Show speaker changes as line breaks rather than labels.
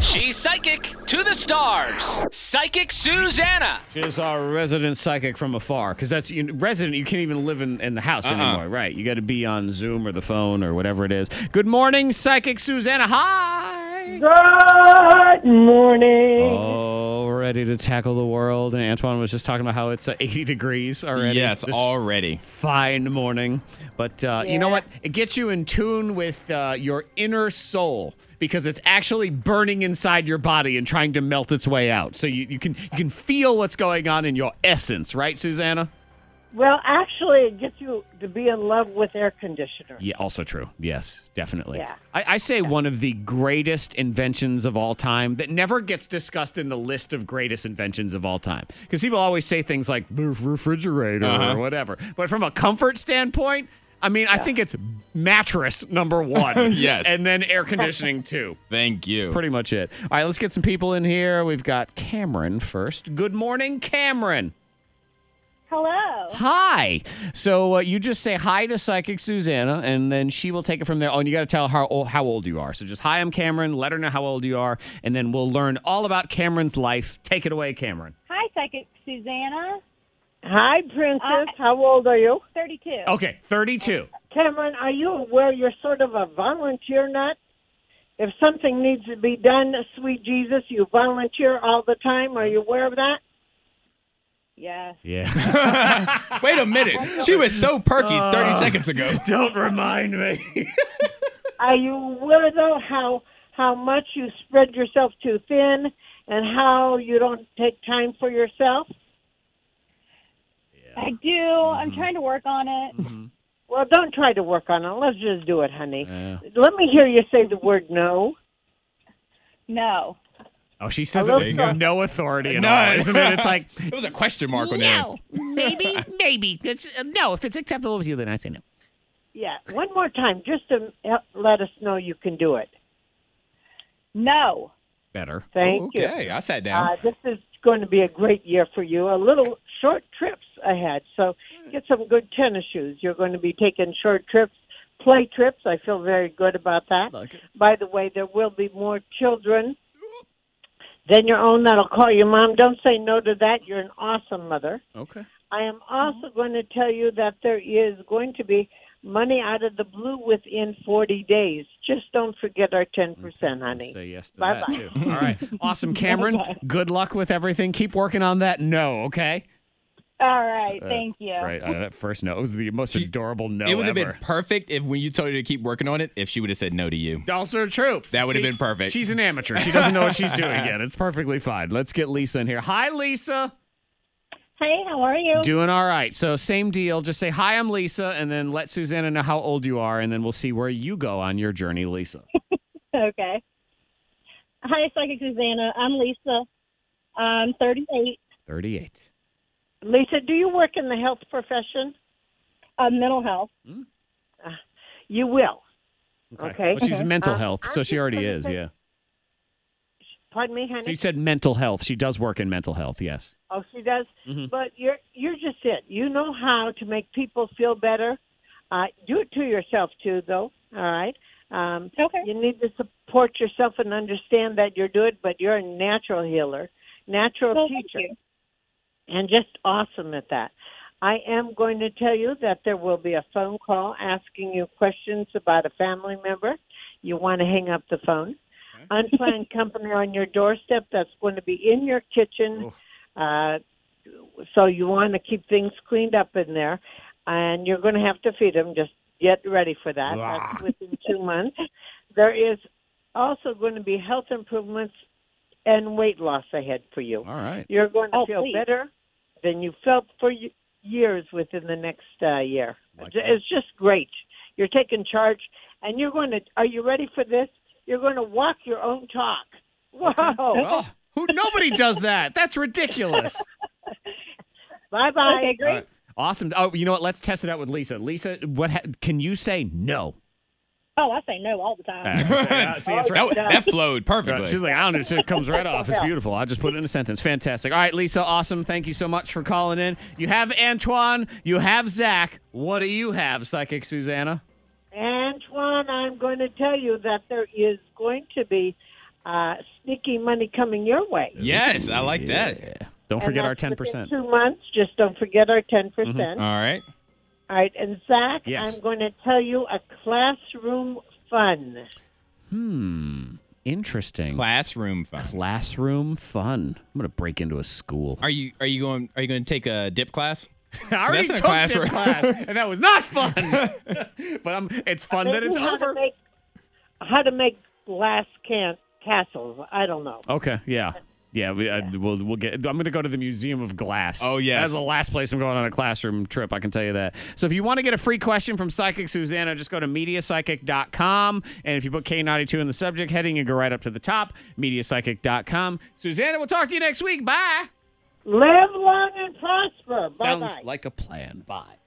She's psychic to the stars. Psychic Susanna.
She's our resident psychic from afar, because that's you, resident. You can't even live in, in the house anymore, right? You got to be on Zoom or the phone or whatever it is. Good morning, psychic Susanna. Hi.
Good morning.
Oh, ready to tackle the world. And Antoine was just talking about how it's uh, 80 degrees already.
Yes,
This
already.
fine morning. But uh, you know
Yeah.
what? It gets you in tune with uh, your inner soul because it's actually burning inside your body and trying to melt its way out. So you, you can you can feel what's going on in your essence, right, Susanna?
Well, actually, it gets you to be in love with air conditioner.
Yeah, also true. Yes, definitely.
Yeah.
I, I say one of the greatest inventions of all time that never gets discussed in the list of greatest inventions of all time. Because people always say things like "Roof- refrigerator or whatever. But from a comfort standpoint, I mean, I think it's mattress number one.
Yes.
And then air conditioning two.
Thank you.
Pretty much it. All right, let's get some people in here. We've got Cameron first. Good morning, Cameron.
Hello.
Hi. So uh, you just say hi to Psychic Susanna, and then she will take it from there. Oh, and you got to tell her o- how old you are. So just hi, I'm Cameron. Let her know how old you are, and then we'll learn all about Cameron's life. Take it away, Cameron.
Hi, Psychic Susanna.
Hi, Princess.
Uh,
How old are you?
32.
Okay, 32.
Cameron, are you aware you're sort of a volunteer nut? If something needs to be done, sweet Jesus, you volunteer all the time. Are you aware of that?
Yes.
Yeah.
Wait a minute. She was so perky 30 seconds ago.
Don't remind me.
Are you aware though how how much you spread yourself too thin and how you don't take time for yourself?
I do. I'm trying to work on it.
Well, don't try to work on it. Let's just do it, honey. Let me hear you say the word no.
No.
oh, she says
I
it
love
with
that.
no authority at
None.
all, isn't it? It's like
It was a question mark on there.
no, maybe, maybe. It's, uh, no, if it's acceptable with you, then I say no.
Yeah, one more time, just to help- let us know you can do it.
No.
Better.
Thank you.
Okay, I sat down.
Uh, this is going to be a great year for you. A little short trips ahead, so get some good tennis shoes. You're going to be taking short trips, play trips. I feel very good about that.
Like it.
By the way, there will be more children than your own that'll call your mom. Don't say no to that. You're an awesome mother.
Okay.
I am also going to tell you that there is going to be money out of the blue within 40 days. Just don't forget our 10%, honey.
Say yes to
Bye-bye.
that too. All right. Awesome, Cameron. Good luck with everything. Keep working on that no, okay?
All right. Thank you.
Right. Uh, that first no it was the most adorable no
it would have been
ever.
perfect if when you told her to keep working on it, if she would have said no to you.
also true.
That would have
See,
been perfect.
She's an amateur. She doesn't know what she's doing yet. It's perfectly fine. Let's get Lisa in here. Hi, Lisa.
Hey, how are you?
Doing all right. So same deal. Just say hi, I'm Lisa, and then let Susanna know how old you are, and then we'll see where you go on your journey, Lisa.
okay. Hi, Psychic Susanna. I'm Lisa. I'm 38.
Thirty-eight.
Lisa, do you work in the health profession?
Uh, mental health.
You will. Okay.
Well, she's mental
Uh,
health, so
I'm
she
just
already
gonna
is.
say-
Yeah.
Pardon me, honey.
So you said mental health. She does work in mental health. Yes.
Oh, she does.
Mm-hmm.
But you're you're just it. You know how to make people feel better. Uh, do it to yourself too, though. All right. Um,
Okay.
You need to support yourself and understand that you're good, but you're a natural healer, natural
Well, thank
teacher,
you.
and just awesome at that. I am going to tell you that there will be a phone call asking you questions about a family member. You want to hang up the phone. Unplanned company on your doorstep that's going to be in your kitchen. Uh, so you want to keep things cleaned up in there, and you're going to have to feed them. Just get ready for that. That's within two months. There is also going to be health improvements and weight loss ahead for you.
All right.
You're going to
Oh,
feel
please.
better than you felt for y- years within the next uh, year.
Oh,
It's- it's just great. You're taking charge, and you're going to. Are you ready for this? You're going to walk your own talk. Whoa!
Oh, who? Nobody does that. That's ridiculous.
Bye bye.
Okay, great.
Awesome. Oh, you know what? Let's test it out with Lisa. Lisa, what ha- can you say no?
Oh, I say no all the time.
See, it's
That,
right.
that flowed perfectly.
Right. She's like, I don't understand. It comes right off. It's beautiful. I just put it in a sentence. Fantastic. All right, Lisa, awesome. Thank you so much for calling in. You have Antoine. You have Zach. What do you have, Psychic Susanna?
Antoine, I'm going to tell you that there is going to be uh, sneaky money coming your way.
Yes, I like that.
Yeah. Don't
And
forget our
that's
ten
within
percent. Mm-hmm.
Two months. Just don't forget our ten percent.
All right.
All right, and Zach,
Yes.
I'm going to tell you a classroom fun.
Interesting.
Classroom fun.
Classroom fun. I'm gonna break into a school.
Are you are you going are you going to take a dip class?
I already
That's
took
in a
class, class, and that was not fun. but I'm, it's fun that it's
Maybe how
over.
To make, how to make glass can castles? I don't know.
Okay, yeah. Yeah, we, I, we'll we'll get. I'm going to go to the Museum of Glass.
Oh, yes.
that's the last place I'm going on a classroom trip. I can tell you that. So if you want to get a free question from Psychic Susanna, just go to mediapsychic.com, and if you put K92 in the subject heading, you go right up to the top, mediapsychic.com. Susanna, we'll talk to you next week. Bye.
Live long and prosper. Bye
Sounds
bye.
like a plan. Bye.